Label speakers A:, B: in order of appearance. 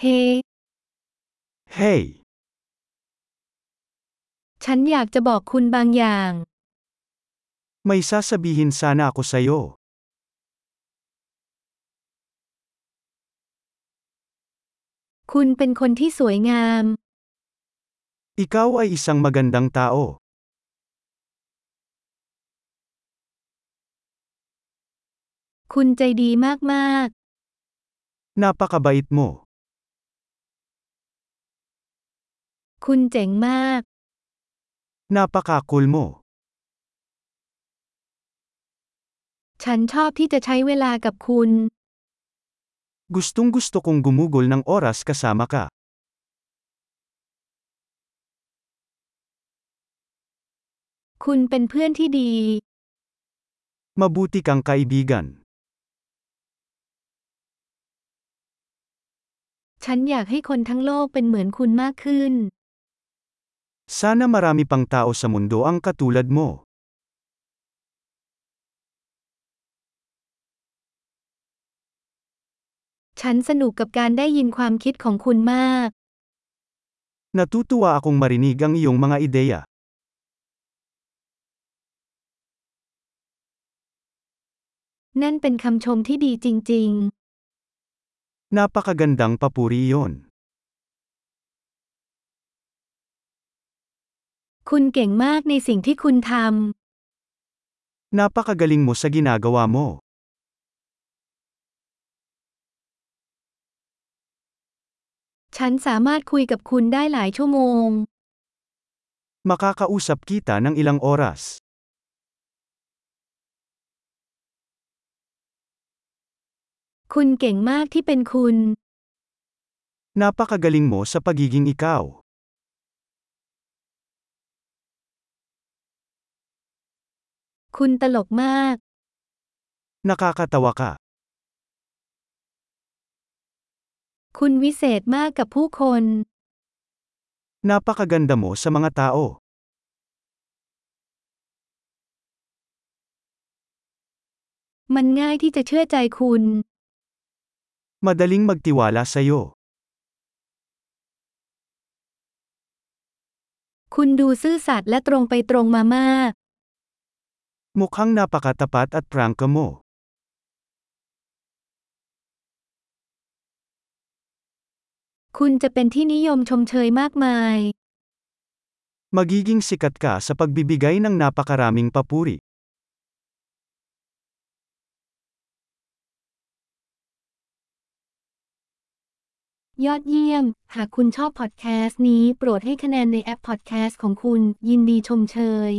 A: เฮ้
B: Hey,
A: ฉันอยากจะบอกคุณบางอย่าง
B: may sasabihin sana ako sa'yo.
A: คุณเป็นคนที่สวยงาม
B: Ikaw ay isang magandang tao.
A: คุณใจดีมาก
B: Napakabait mo.
A: ๆ คุณเจ๋งมาก
B: Napaka-cool mo.
A: ฉันชอบที่จะใช้เวลากับคุณ
B: Gustong gusto kong gumugol ng oras kasama ka.
A: คุณเป็นเพื่อนที่ดี
B: Mabuti kang kaibigan.
A: ฉันอยากให้คนทั้งโลกเป็นเหมือนคุณมากขึ้น
B: Sana marami pang tao sa mundo ang katulad mo.
A: ฉันสนุกกับการได้ยินความคิดของคุณมาก
B: Natutuwa akong marinig ang iyong mga ideya.
A: นั่นเป็นคำชมที่ดีจริง
B: Napakagandang papuri iyon.
A: ๆ คุณเก่งมากในสิ่งที่คุณท
B: Napakagaling mo sa ginagawa mo.
A: ำ ฉันสามารถคุยกับคุณได้หลายชั่วโมง
B: Makakausap kita ng ilang oras.
A: คุณเก่งมากที่เป็นคุณ
B: Napakagaling mo sa pagiging ikaw.
A: คุณตลกมาก
B: Nakakatawa ka.
A: คุณวิเศษมากกับผู้คน
B: Napakaganda mo sa mga tao.
A: มันง่ายที่จะเชื่อใจคุณ
B: Madaling magtiwala sa'yo.
A: คุณดูซื่อสัตย์และตรงไปตรงมามาก
B: Mukhang napakatapat at prangka mo.
A: คุณจะเป็นที่นิยมชมเชยมากมาย
B: Magiging sikat ka sa pagbibigay ng napakaraming papuri.
A: ยอดเยี่ยม หากคุณชอบพอดแคสต์นี้โปรดให้คะแนนในแอปพอดแคสต์ของคุณ ยินดีชมเชย